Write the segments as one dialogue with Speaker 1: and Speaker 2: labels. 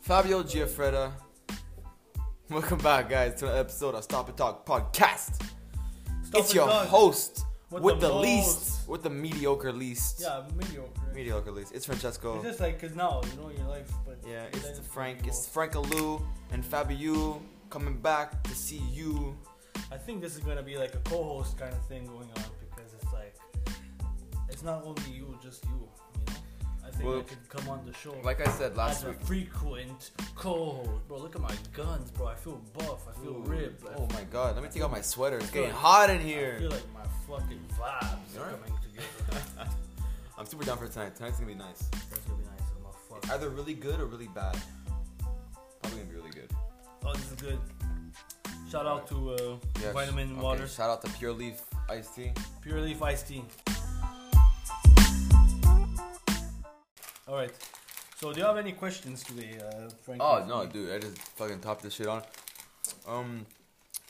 Speaker 1: Fabio Giaffreda. Welcome back, guys, to an episode of Stop and Talk Podcast.
Speaker 2: Stop
Speaker 1: it's
Speaker 2: and
Speaker 1: your
Speaker 2: talk.
Speaker 1: host with,
Speaker 2: With
Speaker 1: the,
Speaker 2: the
Speaker 1: least,
Speaker 2: most.
Speaker 1: with the mediocre least.
Speaker 2: Yeah, mediocre.
Speaker 1: Mediocre least. It's Francesco.
Speaker 2: It's just like, cause now you know your life, but
Speaker 1: yeah, it's
Speaker 2: then
Speaker 1: the
Speaker 2: it's
Speaker 1: Frank.
Speaker 2: mediocre.
Speaker 1: It's Frank Alou and Fabio coming back to see you.
Speaker 2: I think this is gonna be like a co-host kind of thing going on because it's like, it's not only you, just you. You know, I think
Speaker 1: Well,
Speaker 2: I could come on the show
Speaker 1: Like I said
Speaker 2: as
Speaker 1: last
Speaker 2: a
Speaker 1: week.
Speaker 2: frequent co-host. Bro, look at my guns, bro. I feel buff. I feel
Speaker 1: Ooh,
Speaker 2: ripped. I
Speaker 1: Oh my god, let me take out my sweater. It's
Speaker 2: I
Speaker 1: getting
Speaker 2: feel-
Speaker 1: hot in
Speaker 2: I
Speaker 1: here.
Speaker 2: feel like my fucking vibes
Speaker 1: You
Speaker 2: are
Speaker 1: alright?
Speaker 2: coming together.
Speaker 1: I'm super down for tonight. Tonight's gonna be nice.
Speaker 2: That's gonna be nice. I'm a fuck.
Speaker 1: Either really good or really bad. Probably gonna be really good.
Speaker 2: Oh, this is good. Shout out to uh,
Speaker 1: Yes.
Speaker 2: Vitamin
Speaker 1: Okay,
Speaker 2: Water,
Speaker 1: Shout out to Pure Leaf Iced Tea.
Speaker 2: Pure Leaf Iced Tea. All right. So, do you have any questions today, uh, Frank?
Speaker 1: Oh no, dude, I just fucking topped this shit on. Um,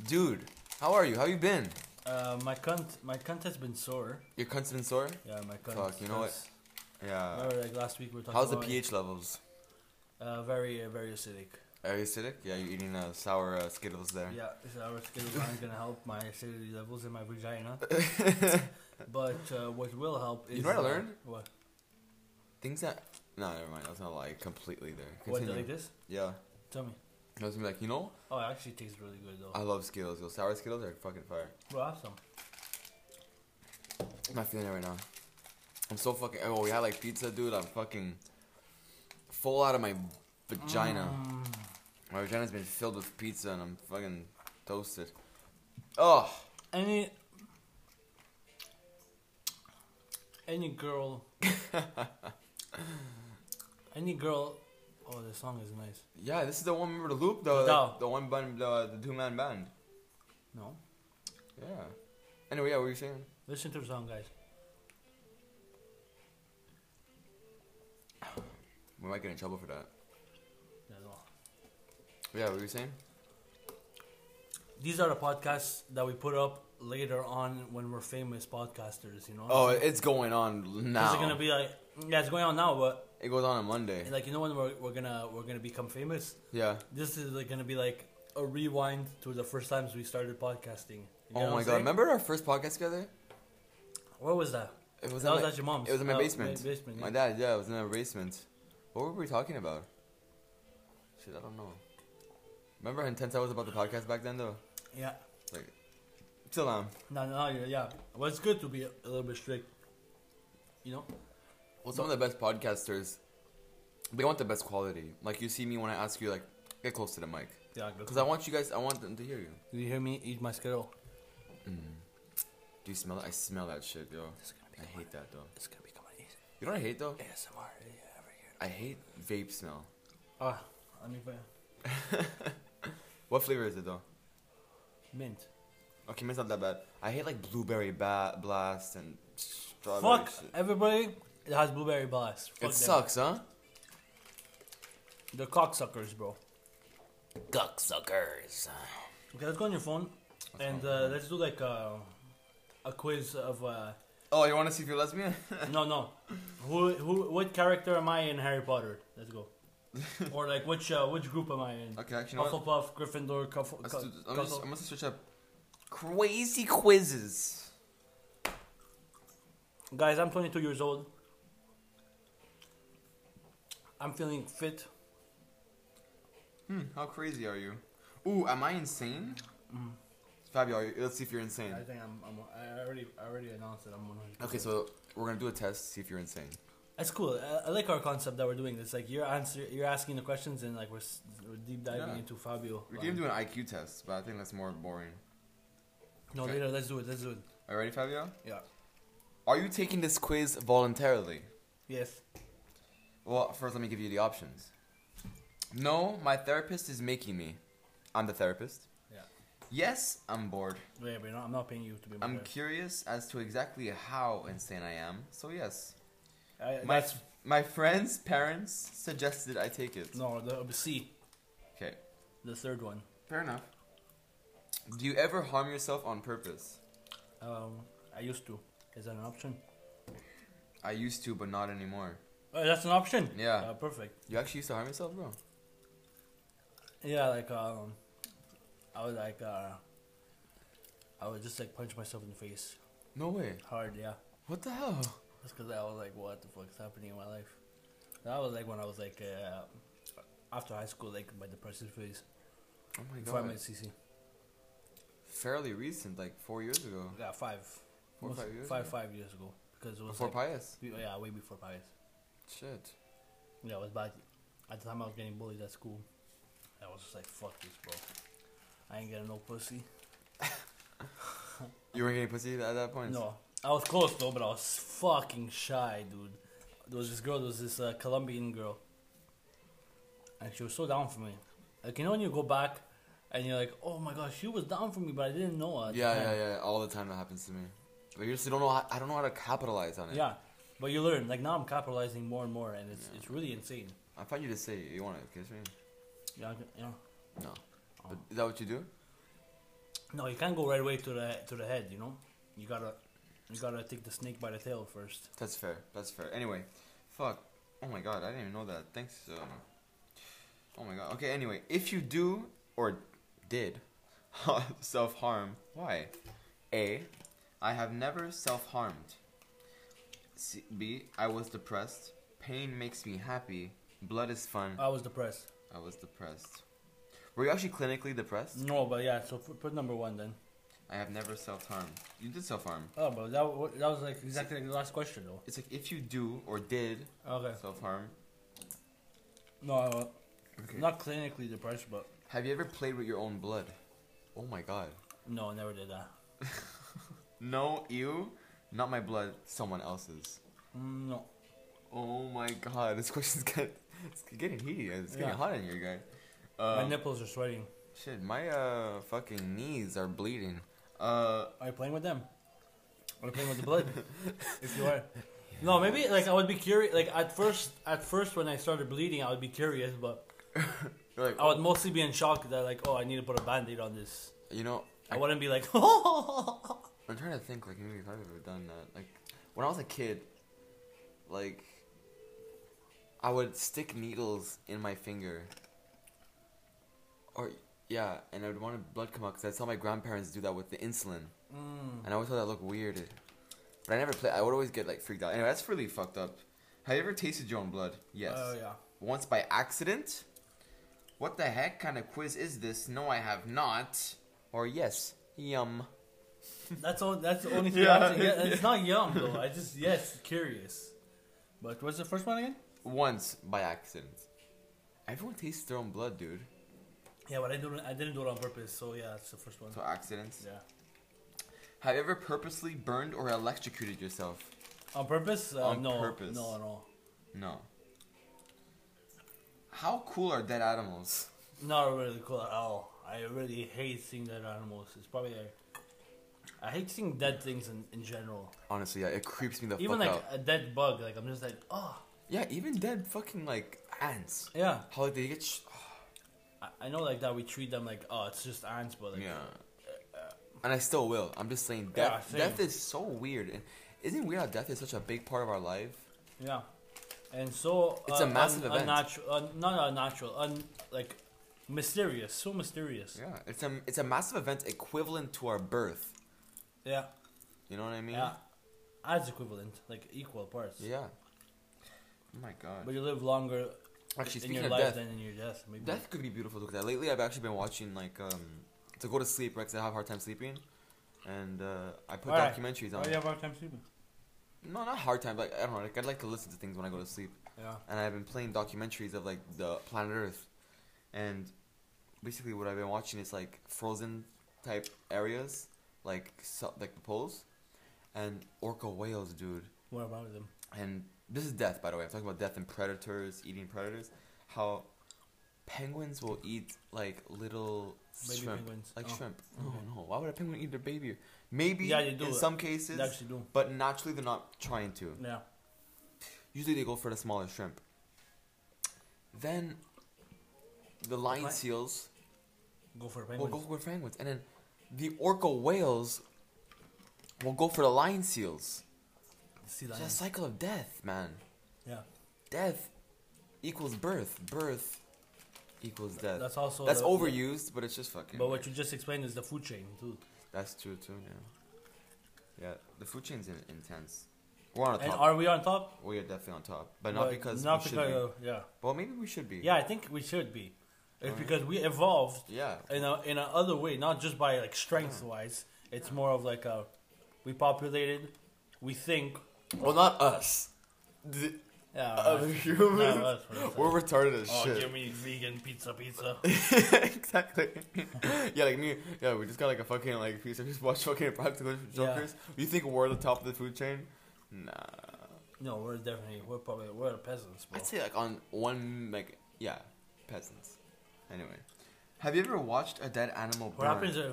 Speaker 1: dude, how are you? How you been?
Speaker 2: Uh, my cunt, my cunt has been sore.
Speaker 1: Your cunt's been sore?
Speaker 2: Yeah, my cunt.
Speaker 1: Fuck, you know what?
Speaker 2: that's-
Speaker 1: Yeah.
Speaker 2: Remember, like last week we were talking.
Speaker 1: How's the
Speaker 2: about-
Speaker 1: pH levels?
Speaker 2: Uh, very, uh, very acidic.
Speaker 1: Are you acidic? Yeah, you're eating uh, sour uh, Skittles there.
Speaker 2: Yeah, so our Skittles aren't gonna help my acidity levels in my vagina. but uh, what will help is.
Speaker 1: You know what I
Speaker 2: uh,
Speaker 1: learned?
Speaker 2: What?
Speaker 1: Things that. No, never mind. That's not a lie. Completely there.
Speaker 2: What?
Speaker 1: Continue.
Speaker 2: Like this?
Speaker 1: Yeah.
Speaker 2: Tell me.
Speaker 1: I was gonna be like, you know,
Speaker 2: Oh, it actually tastes really good though.
Speaker 1: I love Skittles. Yo, sour Skittles are fucking fire.
Speaker 2: Bro, I have some.
Speaker 1: I'm not feeling it right now. I'm so fucking. Oh, we had like pizza, dude. I'm fucking full out of my vagina.
Speaker 2: Mm.
Speaker 1: My vagina's been filled with pizza, and I'm fucking toasted. Oh,
Speaker 2: any any girl any girl oh the song is nice
Speaker 1: yeah. This is the one. Remember the loop, though.
Speaker 2: No.
Speaker 1: The one band, the, the two man band.
Speaker 2: no
Speaker 1: Yeah. Anyway, yeah. What were you saying?
Speaker 2: listen to the song guys
Speaker 1: We might get in trouble for that.
Speaker 2: Yeah, no.
Speaker 1: But yeah. What were you saying?
Speaker 2: these are the podcasts that we put up later on when we're famous podcasters you know
Speaker 1: Oh, it's going on now.
Speaker 2: it's gonna be like yeah it's going on now but
Speaker 1: It goes on on Monday.
Speaker 2: like you know when we're, we're gonna we're gonna become famous
Speaker 1: Yeah.
Speaker 2: this is like gonna be like a rewind to the first times we started podcasting You know
Speaker 1: Oh
Speaker 2: what
Speaker 1: my god!
Speaker 2: I'm saying?
Speaker 1: Remember our first podcast together?
Speaker 2: where was that
Speaker 1: It was
Speaker 2: That
Speaker 1: in
Speaker 2: was
Speaker 1: my-
Speaker 2: at your mom's.
Speaker 1: It was in my
Speaker 2: Uh,
Speaker 1: basement.
Speaker 2: ba- basement,
Speaker 1: My
Speaker 2: yeah.
Speaker 1: dad, yeah, it was in my basement. What were we talking about? Shit, I don't know. Remember how intense I was about the podcast back then, though.
Speaker 2: yeah
Speaker 1: Like, still am.
Speaker 2: No, no, yeah, yeah. Well, it's good to be a little bit strict, you know.
Speaker 1: Well, some of the best podcasters, they want the best quality. Like you see me when I ask you, like, get close to the mic,
Speaker 2: Yeah,
Speaker 1: because I want you guys, I want them to hear you.
Speaker 2: Did you hear me eat my Skittle?
Speaker 1: Do you smell it? I smell that shit, yo.
Speaker 2: It's gonna
Speaker 1: I hate that though.
Speaker 2: It's gonna become an
Speaker 1: You know what I hate though?
Speaker 2: ASMR. Yeah, over here.
Speaker 1: I hate vape smell.
Speaker 2: Ah, let me put
Speaker 1: What flavor is it though?
Speaker 2: mint.
Speaker 1: Okay, mine's not that bad. I hate like blueberry ba- blast and strawberry.
Speaker 2: Fuck
Speaker 1: shit.
Speaker 2: everybody that has blueberry blast. Fuck
Speaker 1: It
Speaker 2: them.
Speaker 1: sucks, huh?
Speaker 2: They're cocksuckers, bro.
Speaker 1: Duck suckers.
Speaker 2: Okay, let's go on your phone and
Speaker 1: go.
Speaker 2: uh, let's do like a a quiz of uh,
Speaker 1: Oh, you want to see if you're lesbian?
Speaker 2: no, no. Who, who, what character am I in Harry Potter? Let's go. or like which uh, which group am I in?
Speaker 1: okay, actually, you know what?
Speaker 2: Hufflepuff, Gryffindor, Cuff.
Speaker 1: Let's
Speaker 2: Cuff-
Speaker 1: do this. I'm, just,
Speaker 2: Cuffle-
Speaker 1: I'm gonna switch up. Crazy quizzes.
Speaker 2: Guys, I'm 22 years old. I'm feeling fit.
Speaker 1: Hmm, how crazy are you? Ooh, am I insane? Fabio, are you, let's see if you're insane.
Speaker 2: Mm-hmm. I think I'm. I'm I already. I already announced that I'm 100.
Speaker 1: Okay, so we're gonna do a test, see if you're insane.
Speaker 2: that's cool. I, I like our concept that we're doing. It's like you're answer. You're asking the questions and like we're, s- we're deep diving
Speaker 1: Yeah.
Speaker 2: into Fabio.
Speaker 1: We can do an IQ test, but I think that's more boring.
Speaker 2: no,
Speaker 1: okay.
Speaker 2: later. Let's do it. Let's do it.
Speaker 1: Are you ready, Fabio?
Speaker 2: Yeah.
Speaker 1: Are you taking this quiz voluntarily?
Speaker 2: Yes.
Speaker 1: Well, first let me give you the options. No, my therapist is making me. I'm the therapist.
Speaker 2: Yeah.
Speaker 1: Yes, I'm bored.
Speaker 2: Wait, but no, I'm not paying you to be. My
Speaker 1: I'm
Speaker 2: therapist.
Speaker 1: curious as to exactly how insane I am. So yes,
Speaker 2: I,
Speaker 1: my
Speaker 2: that's
Speaker 1: my friends' parents suggested I take it.
Speaker 2: no the C,
Speaker 1: Okay,
Speaker 2: the third one.
Speaker 1: fair enough. Do you ever harm yourself on purpose?
Speaker 2: Um, I used to. Is that an option?
Speaker 1: I used to, but not anymore.
Speaker 2: Oh, that's an option.
Speaker 1: Yeah.
Speaker 2: Uh, perfect.
Speaker 1: You actually used to harm yourself, bro?
Speaker 2: Yeah, like um, I would like uh, I would just like punch myself in the face
Speaker 1: No way.
Speaker 2: hard. Yeah,
Speaker 1: What the hell?
Speaker 2: that's because I was like, what the fuck's happening in my life? That was like when I was like uh, after high school, like my depressive phase.
Speaker 1: Oh my
Speaker 2: Before I
Speaker 1: god.
Speaker 2: met CC,
Speaker 1: Fairly recent, like four years ago.
Speaker 2: yeah, five,
Speaker 1: Four,
Speaker 2: most-
Speaker 1: five years
Speaker 2: five,
Speaker 1: ago?
Speaker 2: five years ago because it was
Speaker 1: Before
Speaker 2: like,
Speaker 1: Pius.
Speaker 2: we- yeah, way before Pius.
Speaker 1: Shit.
Speaker 2: Yeah, it was bad. At the time, I was getting bullied at school. I was just like, fuck this, bro. I ain't getting no pussy.
Speaker 1: You weren't getting pussy at that point?
Speaker 2: No, I was close though, but I was fucking shy, dude. There was this girl, there was this uh, Colombian girl, and she was so down for me. Like you know when you go back, and you're like, oh my gosh, she was down for me, but I didn't know it.
Speaker 1: Yeah, yeah, yeah. All the time that happens to me. But you just don't know. How, I don't know how to capitalize on it.
Speaker 2: Yeah, but you learn. Like now, I'm capitalizing more and more, and it's it's really insane.
Speaker 1: I find you to say you want to kiss me.
Speaker 2: Yeah, yeah.
Speaker 1: No. But
Speaker 2: Oh.
Speaker 1: is that what you do?
Speaker 2: No, you can't go right away to the to the head. You know, you gotta you gotta take the snake by the tail first.
Speaker 1: That's fair. That's fair. Anyway, fuck. Oh my god, I didn't even know that. Thanks. Um, oh my god. Okay. Anyway, if you do or did self harm, why? A. I have never self harmed. B. I was depressed. Pain makes me happy. Blood is fun.
Speaker 2: I was depressed.
Speaker 1: I was depressed. Were you actually clinically depressed?
Speaker 2: No, but yeah. So put put number one then.
Speaker 1: I have never self harmed. You did self harm.
Speaker 2: Oh, but that, wa- that was like exactly like the last question though.
Speaker 1: It's like if you do or did
Speaker 2: Okay.
Speaker 1: self harm.
Speaker 2: No, uh, not clinically depressed, but
Speaker 1: Have you ever played with your own blood? Oh my god.
Speaker 2: no, I never did that.
Speaker 1: No, you. Not my blood, someone else's.
Speaker 2: Mm, No.
Speaker 1: Oh my god, this question's getting, it's getting heated. It's getting
Speaker 2: Yeah.
Speaker 1: hot in here, guy.
Speaker 2: my
Speaker 1: Uh,
Speaker 2: nipples are sweating.
Speaker 1: shit, my uh fucking knees are bleeding. Uh,
Speaker 2: Are you playing with them? Are you playing with the blood? if you are. No, maybe like I would be curious. Like at first, at first when I started bleeding, I would be curious, but
Speaker 1: you're like,
Speaker 2: I would mostly be in shock that like, oh, I need to put a band-aid on this.
Speaker 1: you know,
Speaker 2: I wouldn't be like, oh.
Speaker 1: I'm trying to think, like, maybe if I've ever done that. Like, when I was a kid, like, I would stick needles in my finger. Or, yeah, and I would want blood come out because I saw my grandparents do that with the insulin.
Speaker 2: Mm.
Speaker 1: And I always thought that looked weird. But I never play. I would always get, like, freaked out. Anyway, that's really fucked up. Have you ever tasted your own blood? Yes.
Speaker 2: Oh yeah.
Speaker 1: Once by accident? What the heck kind of quiz is this? No, I have not. Or, yes. Yum.
Speaker 2: That's all. That's the only thing.
Speaker 1: Yeah.
Speaker 2: I actually get. It's not yum though. I just yes, curious. But what's the first one again?
Speaker 1: Once by accident. Everyone tastes their own blood, dude.
Speaker 2: Yeah, but I didn't. I didn't do it on purpose. So yeah, that's the first one.
Speaker 1: So accidents.
Speaker 2: Yeah.
Speaker 1: Have you ever purposely burned or electrocuted yourself?
Speaker 2: On purpose? Uh,
Speaker 1: On
Speaker 2: no,
Speaker 1: purpose.
Speaker 2: No, no,
Speaker 1: No. How cool are dead animals?
Speaker 2: not really cool at all. I really hate seeing dead animals. It's probably like, I hate seeing dead things in, in general.
Speaker 1: Honestly, yeah, it creeps me the
Speaker 2: Even
Speaker 1: fuck
Speaker 2: like
Speaker 1: out.
Speaker 2: a dead bug, like I'm just like, oh
Speaker 1: Yeah, even dead fucking like ants.
Speaker 2: yeah.
Speaker 1: How like, they get? Sh-
Speaker 2: I, I know like that we treat them like oh it's just ants, but like
Speaker 1: yeah. And I still will. I'm just saying,
Speaker 2: Yeah,
Speaker 1: death.
Speaker 2: same.
Speaker 1: death is so weird. And isn't it weird how death is such a big part of our life?
Speaker 2: yeah. And so
Speaker 1: It's a massive event.
Speaker 2: unnatural, un, not unnatural, un, like mysterious, so mysterious.
Speaker 1: Yeah, it's a it's a massive event equivalent to our birth.
Speaker 2: Yeah,
Speaker 1: You know what I mean?
Speaker 2: yeah, as equivalent, like equal parts.
Speaker 1: Yeah. Oh my god.
Speaker 2: But you live longer
Speaker 1: Actually,
Speaker 2: in
Speaker 1: speaking
Speaker 2: your
Speaker 1: of
Speaker 2: life
Speaker 1: death,
Speaker 2: than in your death. Maybe.
Speaker 1: death could be beautiful to look at. Lately, I've actually been watching like um to go to sleep, right? Because I have a hard time sleeping, and uh, I put
Speaker 2: Alright.
Speaker 1: documentaries
Speaker 2: Oh,
Speaker 1: on.
Speaker 2: you have a hard time sleeping.
Speaker 1: No, not hard time. Like I don't know. Like I like to listen to things when I go to sleep,
Speaker 2: Yeah.
Speaker 1: and I've been playing documentaries of like the planet Earth, and basically what I've been watching is like frozen type areas, like so, like the poles, and orca whales, dude.
Speaker 2: What about them?
Speaker 1: and this is death by the way i'm talking about death and predators eating predators how penguins will eat like little
Speaker 2: Baby
Speaker 1: shrimp
Speaker 2: penguins.
Speaker 1: like
Speaker 2: Oh,
Speaker 1: shrimp
Speaker 2: okay.
Speaker 1: oh no why would a penguin eat their baby maybe
Speaker 2: Yeah, they do
Speaker 1: in
Speaker 2: it.
Speaker 1: some cases
Speaker 2: They actually do.
Speaker 1: but naturally they're not trying to
Speaker 2: Yeah.
Speaker 1: usually they go for the smaller shrimp then the lion
Speaker 2: What?
Speaker 1: seals
Speaker 2: Go for
Speaker 1: will
Speaker 2: penguins.
Speaker 1: go for penguins and then the orca whales will go for the lion seals
Speaker 2: sea
Speaker 1: it's
Speaker 2: lions.
Speaker 1: a cycle of death man
Speaker 2: Yeah.
Speaker 1: death equals birth. Birth equals death.
Speaker 2: That's also
Speaker 1: that's
Speaker 2: the-
Speaker 1: overused, but it's just fucking.
Speaker 2: But what you just explained is the food chain too,
Speaker 1: that's true too. Yeah. Yeah, the food chain's in, intense. We're on
Speaker 2: and
Speaker 1: top.
Speaker 2: are we on top?
Speaker 1: we are definitely on top, but not
Speaker 2: But
Speaker 1: because
Speaker 2: not
Speaker 1: we should
Speaker 2: because
Speaker 1: be.
Speaker 2: of- yeah,
Speaker 1: well, maybe we should be.
Speaker 2: yeah. I think we should be. It's
Speaker 1: Alright.
Speaker 2: because we evolved
Speaker 1: Yeah.
Speaker 2: in a in a other way, not just by like strength wise. It's more of like a we populated, we think.
Speaker 1: Well, not us. The
Speaker 2: Yeah,
Speaker 1: other
Speaker 2: right.
Speaker 1: humans.
Speaker 2: No, that's what I'm saying.
Speaker 1: We're retarded as
Speaker 2: Oh,
Speaker 1: shit.
Speaker 2: give me vegan pizza, pizza.
Speaker 1: exactly. yeah, like me. Yeah, we just got like a fucking like piece of just watch fucking practical jokers. You think we're at the top of the food chain? Nah.
Speaker 2: no, we're definitely we're probably we're the peasants. Bro.
Speaker 1: I'd say like on one like yeah, peasants. Anyway, have you ever watched a dead animal
Speaker 2: What
Speaker 1: burn?
Speaker 2: happens? If,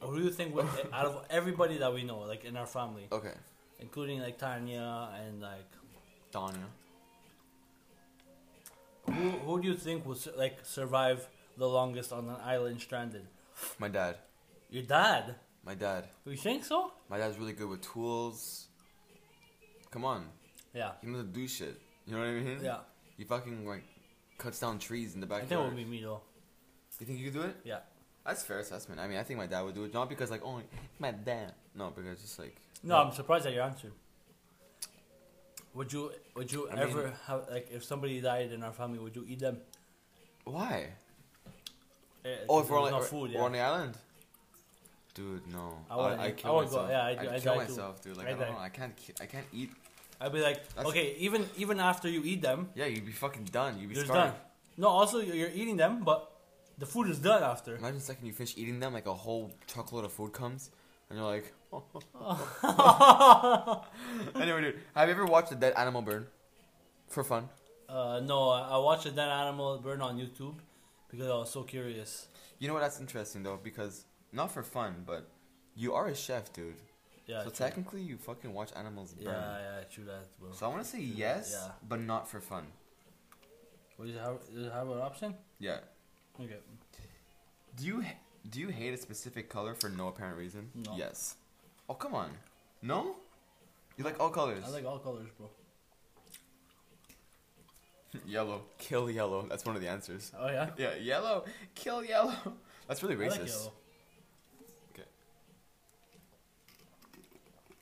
Speaker 2: who do you think would, out of everybody that we know, like in our family,
Speaker 1: okay,
Speaker 2: including like Tanya and like
Speaker 1: Donna.
Speaker 2: who who do you think will su- like survive the longest on an island stranded?
Speaker 1: My dad.
Speaker 2: Your dad.
Speaker 1: My dad.
Speaker 2: You think so?
Speaker 1: My dad's really good with tools. Come on,
Speaker 2: Yeah.
Speaker 1: he knows how to do shit. You know what I mean?
Speaker 2: Yeah.
Speaker 1: He fucking like cuts down trees in the
Speaker 2: I
Speaker 1: backyard.
Speaker 2: think it would be me though.
Speaker 1: You think you could do it?
Speaker 2: Yeah.
Speaker 1: That's fair assessment. I mean, I think my dad would do it, not because like only my dad. No, because just like
Speaker 2: No, I'm surprised at your answer. Would you would you
Speaker 1: I mean-
Speaker 2: ever have like if somebody died in our family, would you eat them?
Speaker 1: why?
Speaker 2: Eh,
Speaker 1: Oh,
Speaker 2: 'cause
Speaker 1: if we're on,
Speaker 2: there's no
Speaker 1: like,
Speaker 2: food,
Speaker 1: we're
Speaker 2: yeah.
Speaker 1: on the island. Dude, no.
Speaker 2: I wouldn't
Speaker 1: I, I
Speaker 2: eat-
Speaker 1: kill
Speaker 2: I would go-
Speaker 1: myself.
Speaker 2: yeah, I
Speaker 1: I'd
Speaker 2: do- I
Speaker 1: kill
Speaker 2: die too.
Speaker 1: myself, dude. Like I,
Speaker 2: I
Speaker 1: don't
Speaker 2: die.
Speaker 1: know. I can't. ki- I can't eat.
Speaker 2: I'd be like,
Speaker 1: That's-
Speaker 2: okay, even even after you eat them,
Speaker 1: Yeah, you'd be fucking done. You'd be
Speaker 2: you're
Speaker 1: starved.
Speaker 2: done. No, also you- you're eating them, but the food is done after.
Speaker 1: Imagine the second you finish eating them, like a whole truckload of food comes, and you're like. anyway, dude, have you ever watched a dead animal burn? For fun.
Speaker 2: Uh, no, I I watched a dead animal burn on YouTube because I was so curious.
Speaker 1: You know what? That's interesting though, because not for fun, but you are a chef, dude.
Speaker 2: Yeah.
Speaker 1: so
Speaker 2: true.
Speaker 1: technically, you fucking watch animals burn.
Speaker 2: Yeah, yeah, true that. Bro.
Speaker 1: So I want to say yes,
Speaker 2: Yeah.
Speaker 1: but not for fun.
Speaker 2: What is it, have, does it have an option?
Speaker 1: Yeah.
Speaker 2: Okay.
Speaker 1: Do you h- do you hate a specific color for no apparent reason?
Speaker 2: No.
Speaker 1: Yes. Oh come on. No. You like all colors.
Speaker 2: I like all colors, bro.
Speaker 1: yellow. Kill yellow. That's one of the answers.
Speaker 2: Oh yeah.
Speaker 1: Yeah, yellow. Kill yellow. That's really
Speaker 2: I
Speaker 1: racist.
Speaker 2: like yellow.
Speaker 1: Okay.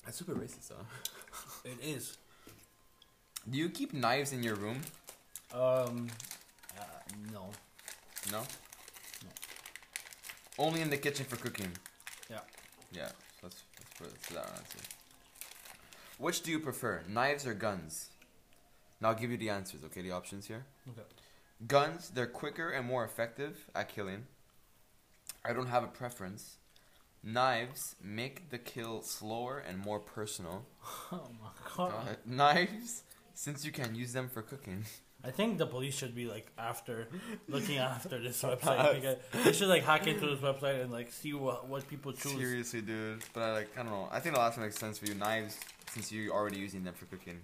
Speaker 1: That's super racist, though.
Speaker 2: It is.
Speaker 1: Do you keep knives in your room?
Speaker 2: Um, uh, no.
Speaker 1: No. No. Only in the kitchen for cooking.
Speaker 2: Yeah.
Speaker 1: Yeah, that's that's for that's that answer. Which do you prefer, knives or guns? Now I'll give you the answers, okay? The options here.
Speaker 2: Okay.
Speaker 1: Guns, they're quicker and more effective at killing. I don't have a preference. Knives make the kill slower and more personal.
Speaker 2: Oh my god.
Speaker 1: Uh, knives, since you can use them for cooking.
Speaker 2: I think the police should be like after looking after this website because they should like hack into this website and like see what what people choose.
Speaker 1: Seriously, dude. But I like I don't know. I think the last one makes sense for you. Knives, since you're already using them for cooking.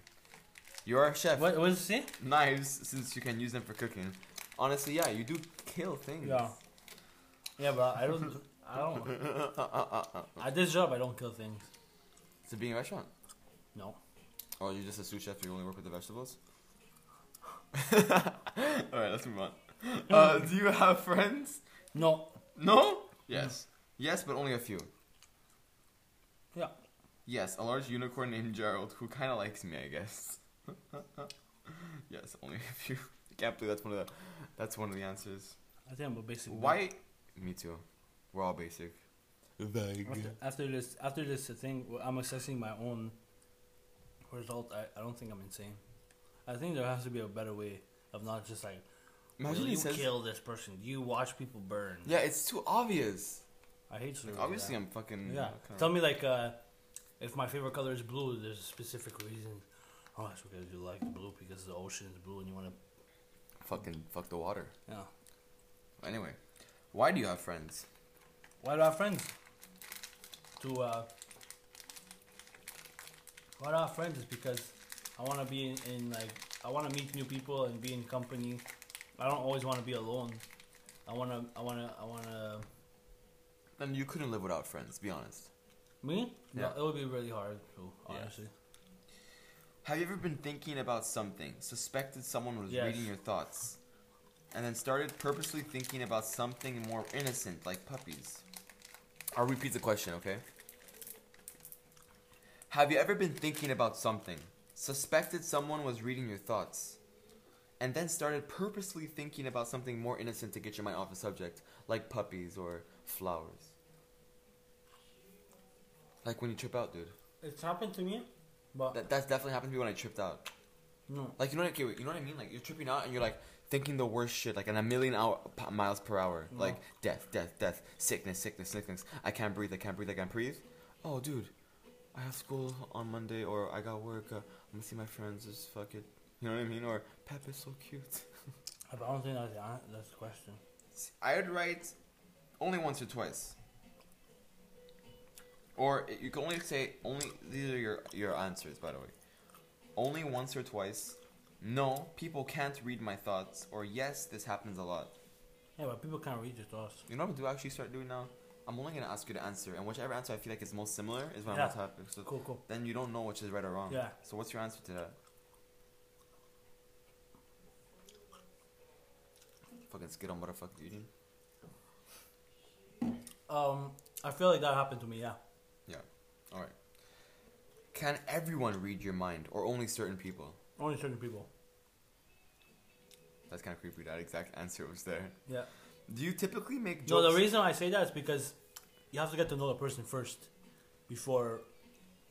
Speaker 1: You are a chef.
Speaker 2: What was it? say?
Speaker 1: knives since you can use them for cooking. Honestly, yeah, you do kill things.
Speaker 2: Yeah. Yeah, but I don't. I don't. At this job, I don't kill things.
Speaker 1: So being a restaurant.
Speaker 2: No.
Speaker 1: Oh, you're just a sous chef. You only work with the vegetables. All right, let's move on. Uh, do you have friends?
Speaker 2: No.
Speaker 1: No. Yes. Yes, but only a few.
Speaker 2: Yeah.
Speaker 1: Yes, a large unicorn named Gerald who kind of likes me, I guess. yes, only a few. I can't believe that's one of the. That's one of the answers.
Speaker 2: I think I'm a basic. man.
Speaker 1: Why? Me too. We're all basic.
Speaker 2: After, after this, after this thing, wh- I'm assessing my own result. I, I don't think I'm insane. I think there has to be a better way of not just like
Speaker 1: Imagine
Speaker 2: "Will
Speaker 1: he
Speaker 2: you
Speaker 1: says.
Speaker 2: kill this person. You watch people burn.
Speaker 1: Yeah, it's too obvious.
Speaker 2: I hate stories.
Speaker 1: Like,
Speaker 2: like
Speaker 1: obviously,
Speaker 2: that.
Speaker 1: I'm fucking.
Speaker 2: yeah.
Speaker 1: kinda-
Speaker 2: Tell me like uh, if my favorite color is blue, there's a specific reason. Oh, it's because you like blue because the ocean is blue and you want to.
Speaker 1: Fucking fuck the water.
Speaker 2: Yeah.
Speaker 1: Anyway, why do you have friends?
Speaker 2: Why do I have friends? To uh, why do I have friends is because I want to be in, in like I want to meet new people and be in company. I don't always want to be alone. I want to I want to I want to
Speaker 1: And you couldn't live without friends. Be honest.
Speaker 2: me.
Speaker 1: Yeah.
Speaker 2: No, it would be really hard to
Speaker 1: Yeah.
Speaker 2: honestly.
Speaker 1: Have you ever been thinking about something? Suspected someone was
Speaker 2: Yes.
Speaker 1: reading your thoughts. and then started purposely thinking about something more innocent, like puppies. I'll repeat the question, okay? Have you ever been thinking about something, suspected someone was reading your thoughts, and then started purposely thinking about something more innocent to get your mind off the subject, like puppies or flowers? Like when you trip out, dude.
Speaker 2: It's happened to me, but
Speaker 1: That, that's definitely happened to me when I tripped out.
Speaker 2: no.
Speaker 1: Like you know, okay, wait, you know what I mean? Like you're tripping out and you're like thinking the worst shit, like in a million hour, p- miles per hour,
Speaker 2: No.
Speaker 1: like death, death, death, sickness, sickness, sickness. I can't breathe. I can't breathe. I can't breathe. Oh, dude, I have school on Monday, or I got work. Uh, I'm gonna see my friends. Just fuck it. You know what I mean? Or Pep is so cute.
Speaker 2: I don't think that's the, an- that's the question.
Speaker 1: I would write only once or twice. Or it- you can only say only these are your your answers by the way. Only once or twice. No, people can't read my thoughts. Or yes, this happens a lot.
Speaker 2: Yeah, but people can't read your thoughts.
Speaker 1: You know what I'm gonna do actually start doing now? I'm only gonna ask you to answer, and whichever answer I feel like is most similar is what I'm
Speaker 2: Yeah.
Speaker 1: gonna topic. So
Speaker 2: Cool, cool.
Speaker 1: then you don't know which is right or wrong.
Speaker 2: Yeah.
Speaker 1: So what's your answer to that? Fucking skittle motherfucker, Eugene.
Speaker 2: Um, I feel like that happened to me. Yeah.
Speaker 1: All right. Can everyone read your mind, or only certain people?
Speaker 2: Only certain people.
Speaker 1: That's kind of creepy. That exact answer was there.
Speaker 2: Yeah.
Speaker 1: Do you typically make
Speaker 2: No,
Speaker 1: jokes?
Speaker 2: the reason I say that is because you have to get to know the person first before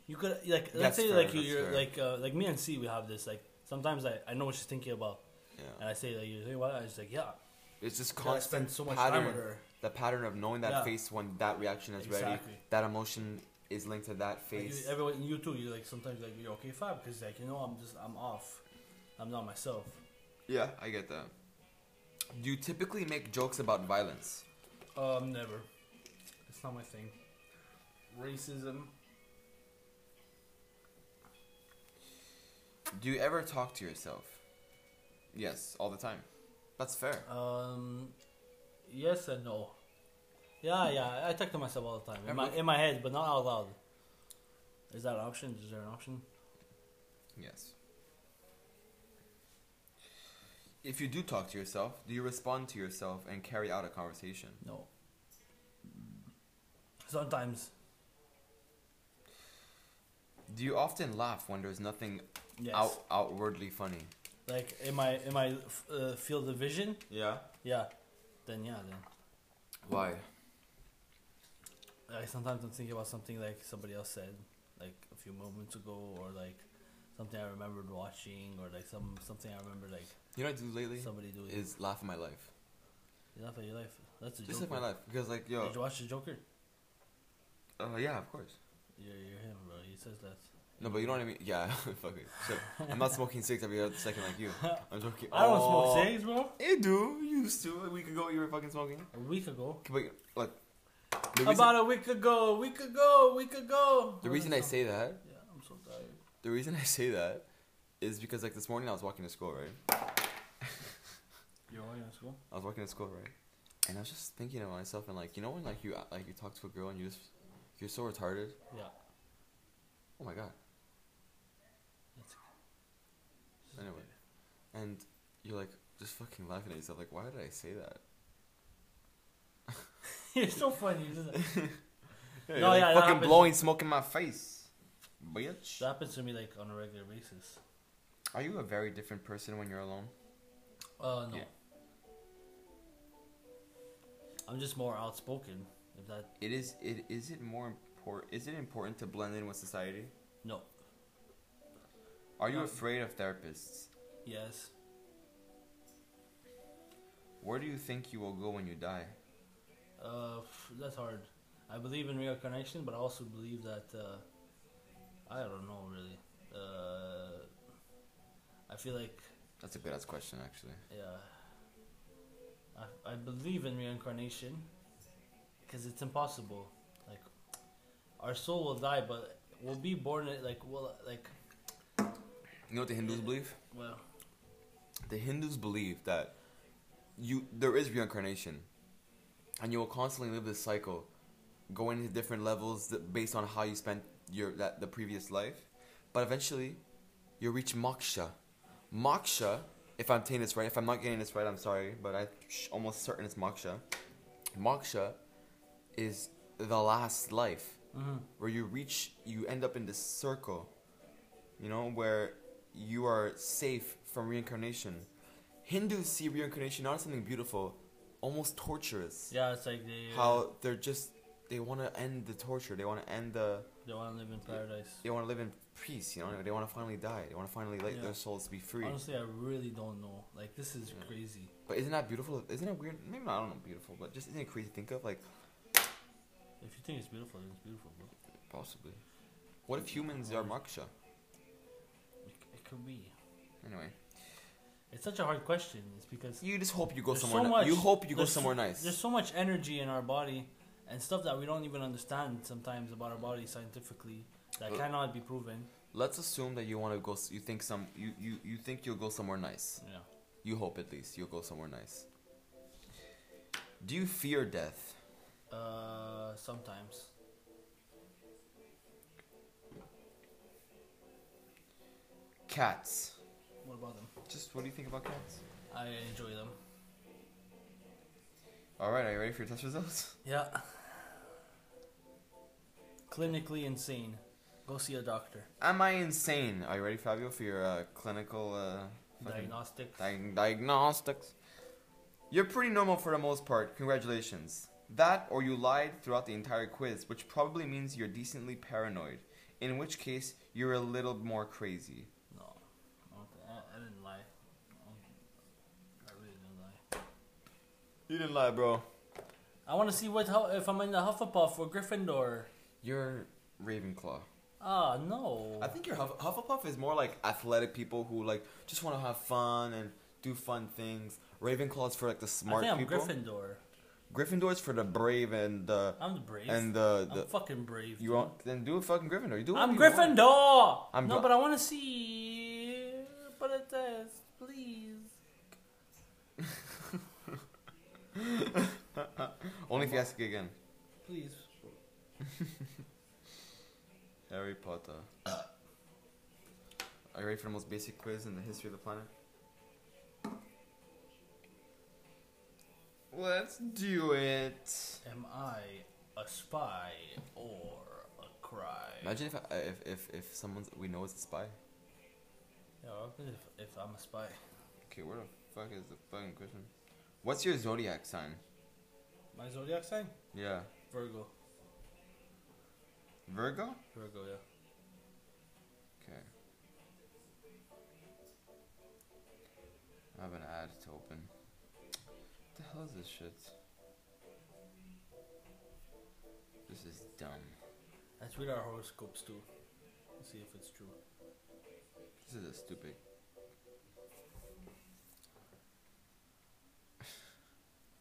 Speaker 2: you could like.
Speaker 1: That's
Speaker 2: Let's say
Speaker 1: fair,
Speaker 2: like you-
Speaker 1: that's
Speaker 2: you're
Speaker 1: fair.
Speaker 2: like uh, like me and C. We have this like sometimes I, I know what she's thinking about
Speaker 1: Yeah.
Speaker 2: and I say like you say what I was like yeah.
Speaker 1: It's just
Speaker 2: I
Speaker 1: constant
Speaker 2: spend so much time
Speaker 1: pattern.
Speaker 2: with her.
Speaker 1: The pattern of knowing that
Speaker 2: Yeah.
Speaker 1: face when that reaction is ready,
Speaker 2: Exactly.
Speaker 1: that emotion is linked to that
Speaker 2: Like,
Speaker 1: face.
Speaker 2: you, everyone, you too. You like sometimes like you're okay fab because like you know I'm just I'm off. I'm not myself.
Speaker 1: yeah, I get that. Do you typically make jokes about violence?
Speaker 2: Um, never. It's not my thing. Racism.
Speaker 1: Do you ever talk to yourself? Yes, all the time. That's fair.
Speaker 2: Um, yes and no. Yeah, yeah. I talk to myself all the time in my
Speaker 1: Every-
Speaker 2: in my head, but not out loud. Is that an option? Is there an option?
Speaker 1: Yes. If you do talk to yourself, do you respond to yourself and carry out a conversation?
Speaker 2: No. Sometimes.
Speaker 1: Do you often laugh when there's nothing
Speaker 2: Yes.
Speaker 1: out outwardly funny?
Speaker 2: Like in my in my uh, field of vision.
Speaker 1: Yeah.
Speaker 2: Yeah. Then yeah. Then.
Speaker 1: Why?
Speaker 2: I sometimes I'm thinking about something like somebody else said, like a few moments ago, or like something I remembered watching, or like some something I remember like
Speaker 1: You know what I do lately
Speaker 2: somebody doing. Is
Speaker 1: is laugh at my life.
Speaker 2: that for your life? That's a
Speaker 1: Just
Speaker 2: Joker.
Speaker 1: like my life, because like yo,
Speaker 2: Did you watch the Joker?
Speaker 1: uh, yeah, of course.
Speaker 2: You're, you're him, bro. He says that.
Speaker 1: No, but you know what I mean. Yeah, fuck it. Shit. I'm not smoking cigs every other second like you. I'm joking.
Speaker 2: I don't
Speaker 1: Oh.
Speaker 2: smoke cigs, bro.
Speaker 1: You do. You used to. A week ago, you were fucking smoking.
Speaker 2: A week ago.
Speaker 1: But like, the reason,
Speaker 2: About a week ago. A week ago. A week ago.
Speaker 1: the
Speaker 2: Oh,
Speaker 1: reason I
Speaker 2: that's
Speaker 1: say that
Speaker 2: not- Yeah, I'm so tired.
Speaker 1: The reason I say that is because like this morning I was walking to school, right?
Speaker 2: You're going to school?
Speaker 1: I was walking to school, right? And I was just thinking to myself and like, you know when like you like you talk to a girl and you just you're so retarded.
Speaker 2: Yeah.
Speaker 1: Oh my god.
Speaker 2: That's okay.
Speaker 1: Anyway. And you're like just fucking laughing at yourself like, why did I say that?
Speaker 2: you're so funny. You're just
Speaker 1: Yeah,
Speaker 2: like- No,
Speaker 1: you're, like,
Speaker 2: yeah, that
Speaker 1: fucking
Speaker 2: happens.
Speaker 1: blowing smoke in my face. Bitch.
Speaker 2: that happens to me like on a regular basis.
Speaker 1: Are you a very different person when you're alone?
Speaker 2: Uh, no.
Speaker 1: Yeah.
Speaker 2: I'm just more outspoken. If that
Speaker 1: It is it is it more important is it important to blend in with society?
Speaker 2: no,
Speaker 1: Are you
Speaker 2: Um,
Speaker 1: afraid of therapists?
Speaker 2: yes,
Speaker 1: Where do you think you will go when you die?
Speaker 2: uh, f- that's hard. I believe in reincarnation, but I also believe that uh, I don't know really. Uh, I feel like
Speaker 1: That's a good ass question actually.
Speaker 2: yeah, I I believe in reincarnation because it's impossible. Like our soul will die, but we'll be born like well like
Speaker 1: You know what the Hindus believe?
Speaker 2: well
Speaker 1: The Hindus believe that you there is reincarnation, and you will constantly live this cycle, going to different levels th- based on how you spent your that the previous life, but eventually, you reach moksha. Moksha if I'm saying this right, if I'm not getting this right, I'm sorry, but I'm sh- almost certain it's moksha. Moksha is the last life where you reach, you end up in this circle, you know, where you are safe from reincarnation. Hindus see reincarnation not as something beautiful, almost torturous.
Speaker 2: Yeah, it's like they uh,
Speaker 1: How they're just they want to end the torture. They want to end the.
Speaker 2: they want to live in paradise.
Speaker 1: They want to live in peace. You know, they want to finally die. They want to finally let
Speaker 2: Yeah.
Speaker 1: their souls be free.
Speaker 2: Honestly, I really don't know. Like this is crazy.
Speaker 1: But isn't that beautiful? Isn't it weird? Maybe not, I don't know, beautiful, but just isn't it crazy to think of? Like,
Speaker 2: If you think it's beautiful, then it's beautiful, bro.
Speaker 1: possibly. What if humans are moksha?
Speaker 2: It, it could be.
Speaker 1: Anyway.
Speaker 2: It's such a hard question. It's because
Speaker 1: You just hope you go
Speaker 2: There's
Speaker 1: somewhere
Speaker 2: so
Speaker 1: ni- You
Speaker 2: much-
Speaker 1: hope you go
Speaker 2: there's so-
Speaker 1: somewhere nice.
Speaker 2: there's so much energy in our body and stuff that we don't even understand sometimes about our body scientifically that
Speaker 1: Uh.
Speaker 2: cannot be proven.
Speaker 1: Let's assume that you want to go, s- you think some, you, you, you think you'll go somewhere nice.
Speaker 2: Yeah.
Speaker 1: You hope at least you'll go somewhere nice. Do you fear death?
Speaker 2: Uh, sometimes.
Speaker 1: Cats.
Speaker 2: What about them?
Speaker 1: Just what do you think about cats?
Speaker 2: I enjoy them.
Speaker 1: Alright, are you ready for your test results?
Speaker 2: Yeah. Clinically insane. Go see a doctor.
Speaker 1: Am I insane? Are you ready, Fabio, for your uh, clinical uh, fucking-
Speaker 2: Diagnostics.
Speaker 1: Diag- diagnostics. You're pretty normal for the most part. Congratulations. That or you lied throughout the entire quiz, which probably means you're decently paranoid, in which case you're a little more crazy.
Speaker 2: No, I, don't thi- I- I didn't lie. I don't- I really didn't lie.
Speaker 1: You didn't lie, bro.
Speaker 2: I want to see what how, if I'm in the Hufflepuff or Gryffindor.
Speaker 1: You're Ravenclaw.
Speaker 2: Ah, no.
Speaker 1: I think your Huff- Hufflepuff is more like athletic people who like just want to have fun and do fun things. Ravenclaw's for like the smart
Speaker 2: I think I'm
Speaker 1: people.
Speaker 2: Gryffindor.
Speaker 1: Gryffindor's for the brave and the
Speaker 2: I'm the brave.
Speaker 1: and the,
Speaker 2: I'm
Speaker 1: the
Speaker 2: fucking brave.
Speaker 1: you want then do a fucking Gryffindor. You do. what
Speaker 2: I'm
Speaker 1: you want.
Speaker 2: Gryffindor.
Speaker 1: I'm
Speaker 2: no,
Speaker 1: gl-
Speaker 2: but I want to see. But it does, please.
Speaker 1: Only if you ask it again.
Speaker 2: Please.
Speaker 1: Harry Potter. Are you ready for the most basic quiz in the history of the planet? Let's do it.
Speaker 2: Am I a spy or a crime?
Speaker 1: Imagine if I, if if if someone's we know is a spy.
Speaker 2: Yeah, what happens if, if I'm a spy?
Speaker 1: Okay, where the fuck is the fucking question? What's your zodiac sign?
Speaker 2: My zodiac sign?
Speaker 1: Yeah,
Speaker 2: Virgo.
Speaker 1: Virgo.
Speaker 2: Virgo, yeah.
Speaker 1: Okay. I have an ad to open. What the hell is this shit? This is dumb.
Speaker 2: Let's read our horoscopes too. Let's see if it's true.
Speaker 1: This is a stupid.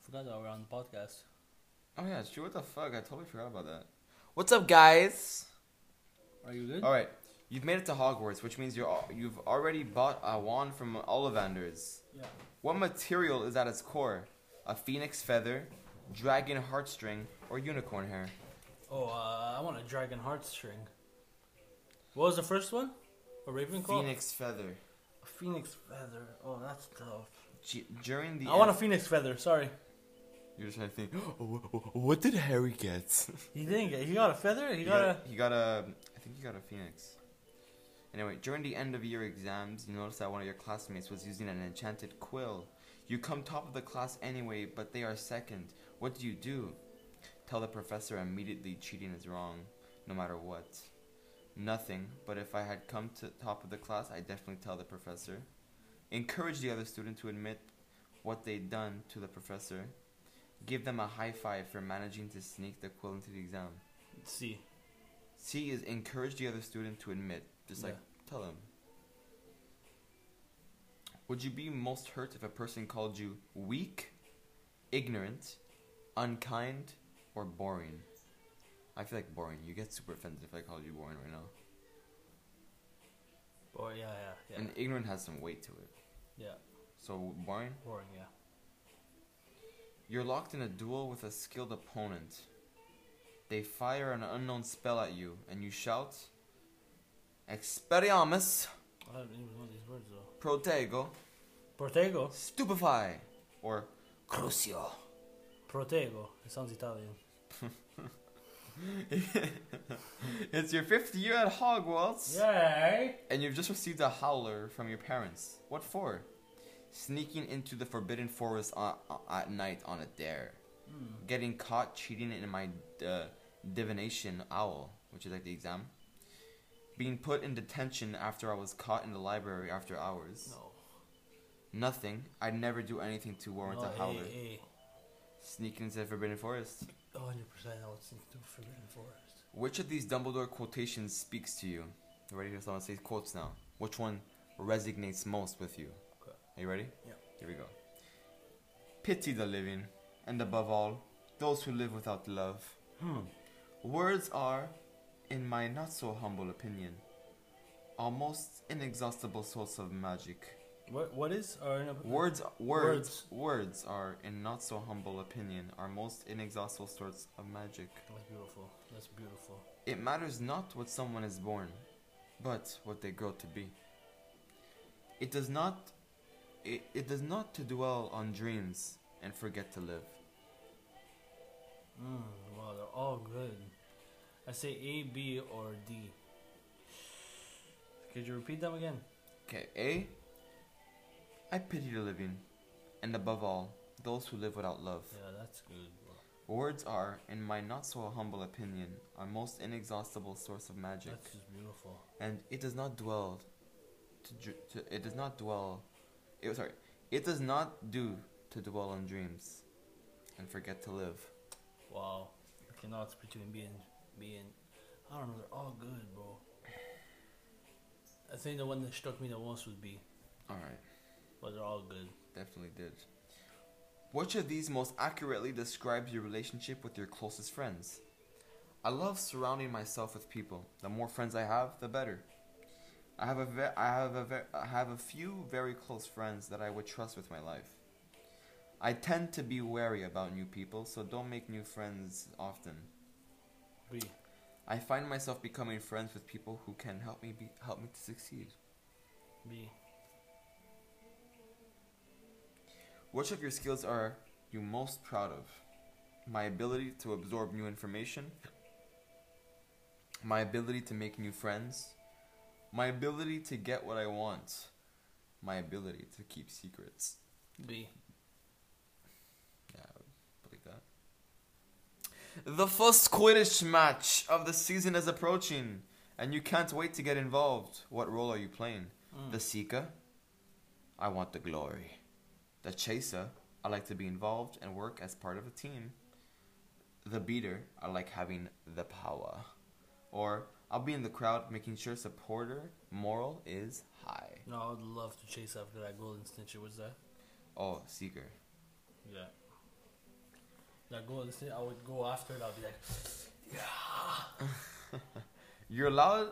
Speaker 2: Forgot that we're on the podcast.
Speaker 1: Oh yeah, it's true. What the fuck? I totally forgot about that. What's up, guys?
Speaker 2: Are you good?
Speaker 1: All right, you've made it to Hogwarts, which means you're al- you've already bought a wand from Ollivander's.
Speaker 2: Yeah.
Speaker 1: What material is at its core? A phoenix feather, dragon heartstring, or unicorn hair?
Speaker 2: Oh, uh, I want a dragon heartstring. What was the first one? A Ravenclaw.
Speaker 1: Phoenix feather.
Speaker 2: A phoenix feather. Oh, that's tough.
Speaker 1: G- during the
Speaker 2: I want a
Speaker 1: end-
Speaker 2: phoenix feather. Sorry,
Speaker 1: You're trying to think. "Oh, wh- wh- What did Harry get?
Speaker 2: he didn't get. He got a feather. He
Speaker 1: He
Speaker 2: got a.
Speaker 1: got, he got a. I think he got a phoenix. Anyway, during the end of year exams, you notice that one of your classmates was using an enchanted quill. You come top of the class anyway, but they are second. What do you do? Tell the professor immediately cheating is wrong, no matter what. Nothing, but if I had come to top of the class, I definitely tell the professor. Encourage the other student to admit what they'd done to the professor. Give them a high five for managing to sneak the quill into the exam.
Speaker 2: Let's see.
Speaker 1: C is encourage the other student to admit. Just like tell them. Would you be most hurt if a person called you weak, ignorant, unkind, or boring? I feel like boring. You get super offended if I called you boring right now.
Speaker 2: Or yeah, yeah, yeah,
Speaker 1: And ignorant has some weight to it.
Speaker 2: yeah.
Speaker 1: So boring.
Speaker 2: Boring, yeah.
Speaker 1: You're locked in a duel with a skilled opponent. They fire an unknown spell at you, and you shout, "Expelliarmus."
Speaker 2: I don't even know these words though.
Speaker 1: Protego,
Speaker 2: Protego.
Speaker 1: Stupefy or Crucio.
Speaker 2: Protego. It sounds Italian.
Speaker 1: it's your fifth year at Hogwarts,
Speaker 2: Yay!
Speaker 1: and you've just received a howler from your parents. What for? Sneaking into the Forbidden Forest on, at night on a dare.
Speaker 2: Hmm.
Speaker 1: Getting caught cheating in my uh, divination owl, which is like the exam. Being put in detention after I was caught in the library after hours.
Speaker 2: No.
Speaker 1: Nothing. I'd never do anything to warrant
Speaker 2: no,
Speaker 1: a howler. Sneaking into the Forbidden Forest.
Speaker 2: 100% I would think to Forbidden Forest.
Speaker 1: Which of these Dumbledore quotations speaks to you? You ready? So I'm gonna say quotes now. Which one resonates most with you?
Speaker 2: Okay.
Speaker 1: Are you ready?
Speaker 2: Yeah.
Speaker 1: Here we go. Pity the living, and above all, those who live without love.
Speaker 2: Hmm.
Speaker 1: Words are, in my not so humble opinion, almost inexhaustible source of magic.
Speaker 2: What, what is? Oh, Or no,
Speaker 1: Words, words,
Speaker 2: Words.
Speaker 1: words, are, in not so humble opinion, our most inexhaustible source of magic.
Speaker 2: That's beautiful. That's beautiful.
Speaker 1: It matters not what someone is born, but what they grow to be. It does not it, it does not to dwell on dreams and forget to live.
Speaker 2: Mm, wow, they're all good. I say A, B, or D. Could you repeat them again?
Speaker 1: Okay, A I pity the living, and above all, those who live without love.
Speaker 2: Yeah, that's good. bro.
Speaker 1: Words are, in my not so humble opinion, our most inexhaustible source of magic.
Speaker 2: That's just beautiful.
Speaker 1: and it does not dwell to, dr- to it does not dwell it sorry it does not do to dwell on dreams and forget to live
Speaker 2: Wow. Okay, now it's between B and B and I don't know. They're all good, bro. I think the one that struck me the most was B,
Speaker 1: all right
Speaker 2: but they're all good.
Speaker 1: definitely did which of these most accurately describes your relationship with your closest friends i love surrounding myself with people the more friends i have the better i have a ve- i have a ve- i have a few very close friends that i would trust with my life i tend to be wary about new people so don't make new friends often
Speaker 2: B.
Speaker 1: I find myself becoming friends with people who can help me be, help me to succeed.
Speaker 2: B.
Speaker 1: Which of your skills are you most proud of? My ability to absorb new information, my ability to make new friends, my ability to get what I want, my ability to keep secrets.
Speaker 2: B.
Speaker 1: Yeah, I would believe that. The first Quidditch match of the season is approaching, and you can't wait to get involved. What role are you playing?
Speaker 2: Mm.
Speaker 1: The seeker, I want the glory. The chaser, I like to be involved and work as part of a team. The beater, I like having the power. Or I'll be in the crowd making sure supporter moral is high.
Speaker 2: No, I would love to chase after that golden snitcher. What's that?
Speaker 1: Oh, seeker.
Speaker 2: Yeah. That golden snitcher, I would go after it. I'll be like,
Speaker 1: You're allowed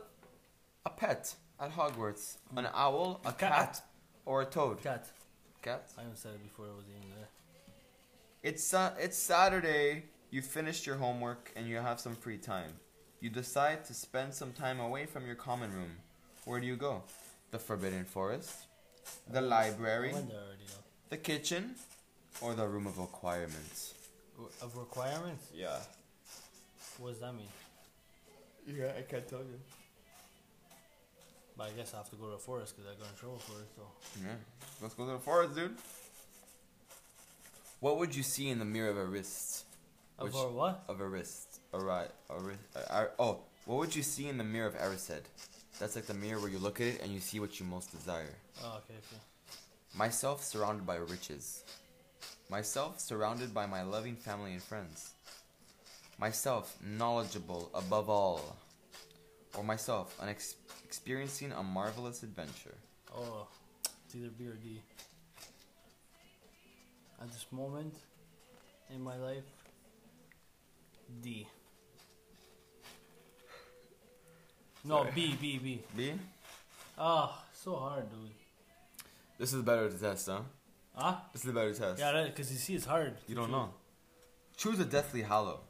Speaker 1: a pet at Hogwarts. An owl, a cat, or a toad.
Speaker 2: cat.
Speaker 1: Cat.
Speaker 2: I even said it before it was even there.
Speaker 1: It's sa- it's Saturday. You finished your homework and you have some free time. You decide to spend some time away from your common room. Where do you go? The Forbidden Forest, the library,
Speaker 2: I went there already though.
Speaker 1: the kitchen, or the room of requirements.
Speaker 2: Of requirements?
Speaker 1: Yeah.
Speaker 2: What does that mean?
Speaker 1: Yeah, I can't tell you.
Speaker 2: But I guess I have to go to the forest because I got in trouble for it. So
Speaker 1: Yeah. Let's go to the forest, dude. What would you see in the mirror of a wrist?
Speaker 2: Of
Speaker 1: Which-
Speaker 2: our Oh, what?
Speaker 1: Of a wrist. A right. A wrist. A, a, oh, what would you see in the mirror of Erised? That's like the mirror where you look at it and you see what you most desire.
Speaker 2: Oh, okay, okay.
Speaker 1: Myself surrounded by riches. Myself surrounded by my loving family and friends. Myself knowledgeable above all. Or myself an ex- experiencing a marvelous adventure.
Speaker 2: Oh, it's either B or D. At this moment in my life, D. No,
Speaker 1: Sorry.
Speaker 2: B, B, B.
Speaker 1: B?
Speaker 2: Ah, so hard, dude.
Speaker 1: This is better to test, huh?
Speaker 2: Huh?
Speaker 1: This is the better test.
Speaker 2: Yeah, because you see, it's hard.
Speaker 1: You don't know. Choose a Deathly Hallow.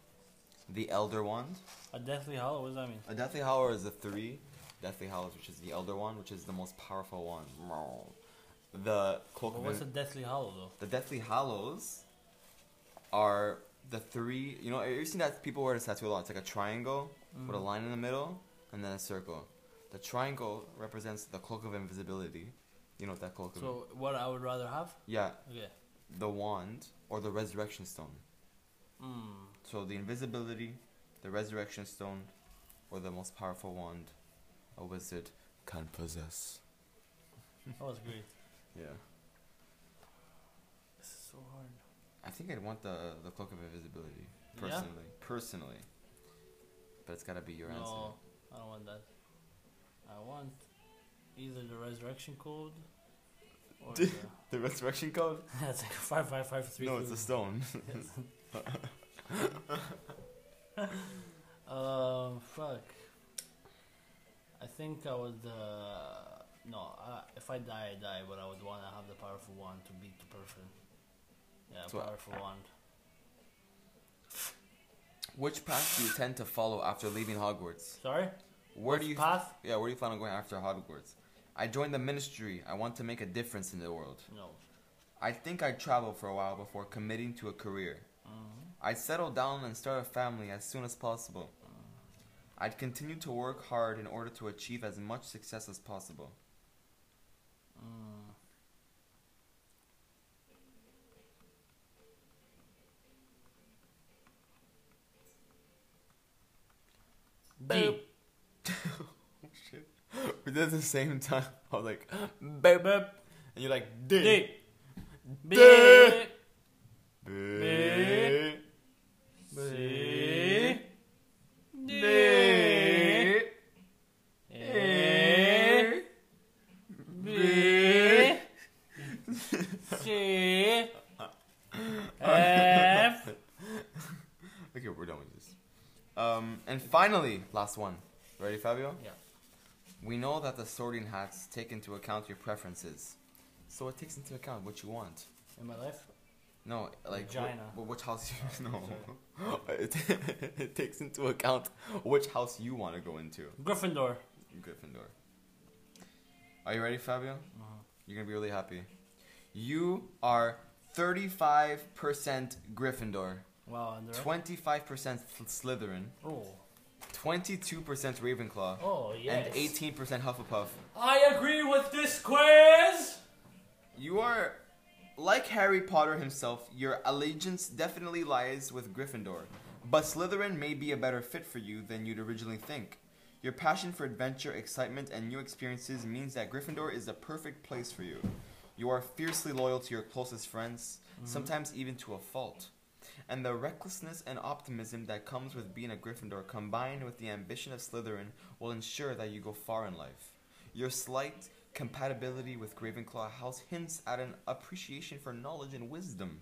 Speaker 1: The Elder Wand.
Speaker 2: A Deathly Hollow, what does that mean?
Speaker 1: A Deathly Hallow is the three Deathly Hallows, which is the Elder Wand, which is the most powerful one. the cloak
Speaker 2: But
Speaker 1: of
Speaker 2: what's
Speaker 1: In-
Speaker 2: the Deathly Hollow though?
Speaker 1: the Deathly Hallows are the three. You know, have you seen that people wear this tattoo a lot? It's like a triangle with a line in the middle and then a circle. The triangle represents the cloak of invisibility. You know what that cloak of?
Speaker 2: So what I would rather have?
Speaker 1: Yeah,
Speaker 2: Okay.
Speaker 1: the wand or the resurrection stone.
Speaker 2: Mm.
Speaker 1: So the invisibility, the resurrection stone, or the most powerful wand a wizard can possess.
Speaker 2: That was great.
Speaker 1: Yeah.
Speaker 2: This is so hard.
Speaker 1: I think I'd want the the cloak of invisibility
Speaker 2: Yeah?
Speaker 1: personally. Personally. But it's gotta be your
Speaker 2: no,
Speaker 1: answer.
Speaker 2: I don't want that. I want either the resurrection code or the,
Speaker 1: The resurrection code?
Speaker 2: that's like five five five three.
Speaker 1: no, it's a
Speaker 2: three.
Speaker 1: stone.
Speaker 2: Um, fuck. I think I would. Uh, no, I, if I die, I die. But I would want to have the powerful wand to beat the person. Yeah,
Speaker 1: So I-
Speaker 2: powerful wand.
Speaker 1: Which path do you tend to follow after leaving Hogwarts?
Speaker 2: Sorry.
Speaker 1: Where do
Speaker 2: Which
Speaker 1: you
Speaker 2: path?
Speaker 1: Yeah, where do you plan on going after Hogwarts? I joined the ministry. I want to make a difference in the world.
Speaker 2: No.
Speaker 1: I think I'd travel for a while before committing to a career.
Speaker 2: Mhm.
Speaker 1: I'd settle down and start a family as soon as possible. I'd continue to work hard in order to achieve as much success as possible.
Speaker 2: Mm. B.
Speaker 1: Shit. We did it at the same time. I was like, babe, babe. And you're like, D.
Speaker 2: D. B.
Speaker 1: D.
Speaker 2: B. C. D. E. B. C. Uh, F.
Speaker 1: Okay, we're done with this. Um, and finally, last one. Ready, Fabio?
Speaker 2: Yeah.
Speaker 1: We know that the sorting hats take into account your preferences. So it takes into account what you want.
Speaker 2: In my life?
Speaker 1: No, like
Speaker 2: Vagina.
Speaker 1: Wh- wh- which house you no. it, it takes into account which house you want to go into.
Speaker 2: Gryffindor.
Speaker 1: Gryffindor. Are you ready, Fabio?
Speaker 2: Mm-hmm.
Speaker 1: You're gonna be really happy. You are 35% Gryffindor,
Speaker 2: Wow, and the rest?
Speaker 1: 25% Sl- Slytherin,
Speaker 2: Oh.
Speaker 1: 22% Ravenclaw,
Speaker 2: Oh, yes.
Speaker 1: and 18% Hufflepuff.
Speaker 2: I agree with this quiz!
Speaker 1: You are, like Harry Potter himself, your allegiance definitely lies with Gryffindor, but Slytherin may be a better fit for you than you'd originally think. Your passion for adventure, excitement, and new experiences means that Gryffindor is the perfect place for you. You are fiercely loyal to your closest friends, sometimes even to a fault. And the recklessness and optimism that comes with being a Gryffindor combined with the ambition of Slytherin will ensure that you go far in life. Your slight compatibility with Gravenclaw House hints at an appreciation for knowledge and wisdom,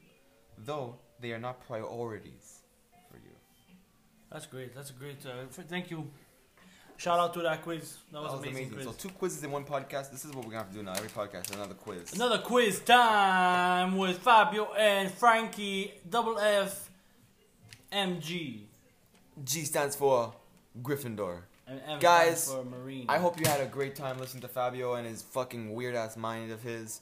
Speaker 1: though they are not priorities for you.
Speaker 2: That's great. That's a great. Uh, f- thank you. Shout out to that quiz. That was, amazing,
Speaker 1: So
Speaker 2: quiz.
Speaker 1: two quizzes in one podcast. This is what we're gonna have to do now. Every podcast, another quiz.
Speaker 2: Another quiz time with Fabio and Frankie. Double F, M G,
Speaker 1: G stands for Gryffindor.
Speaker 2: and M
Speaker 1: Guys,
Speaker 2: stands for Marine.
Speaker 1: I hope you had a great time listening to Fabio and his fucking weird ass mind of his.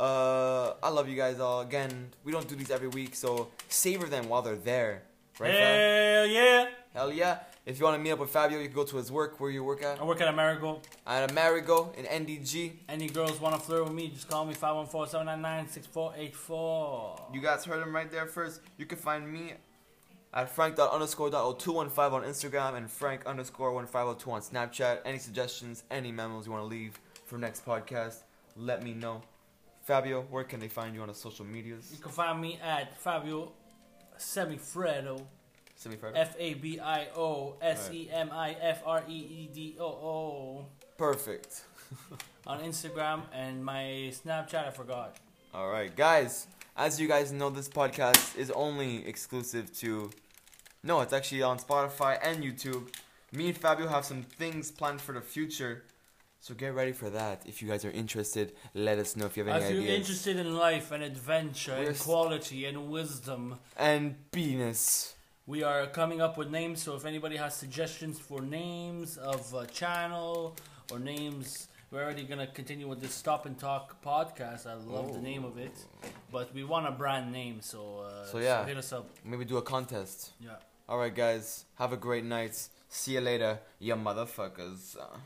Speaker 1: Uh, I love you guys all. Again, we don't do these every week, so savor them while they're there. Right, Fab?
Speaker 2: Hell yeah!
Speaker 1: Hell yeah. If you want to meet up with Fabio, you can go to his work where you work at.
Speaker 2: I work at Amerigo.
Speaker 1: At Amerigo in NDG.
Speaker 2: Any girls want to flirt with me? Just call me 514-799-6484.
Speaker 1: You guys heard him right there first. You can find me at frank dot underscore dot 0215 on Instagram and frank underscore 1502 on Snapchat. Any suggestions, any memos you want to leave for next podcast, let me know. Fabio, where can they find you on the social
Speaker 2: You
Speaker 1: medias?
Speaker 2: can find me at Fabio Semifredo.
Speaker 1: Semi Friday.
Speaker 2: F A B I O S E M I F R E E D O O
Speaker 1: Perfect.
Speaker 2: on Instagram and my Snapchat. I forgot.
Speaker 1: All right, guys. As you guys know, this podcast is only exclusive to. No, it's actually on Spotify and YouTube. Me and Fabio have some things planned for the future, so get ready for that. If you guys are interested, let us know if you have any
Speaker 2: if you're
Speaker 1: ideas.
Speaker 2: interested in life and adventure
Speaker 1: We're
Speaker 2: and
Speaker 1: s-
Speaker 2: quality and wisdom,
Speaker 1: and penis.
Speaker 2: we are coming up with names. So if anybody has suggestions for names of a channel uh, or names We're already gonna continue with this stop and talk podcast. I love
Speaker 1: Oh.
Speaker 2: the name of it, but we want a brand name, so uh,
Speaker 1: So, yeah.
Speaker 2: hit us up.
Speaker 1: Maybe do a contest.
Speaker 2: Yeah.
Speaker 1: All right, guys. Have a great night. See you later, you motherfuckers. Uh,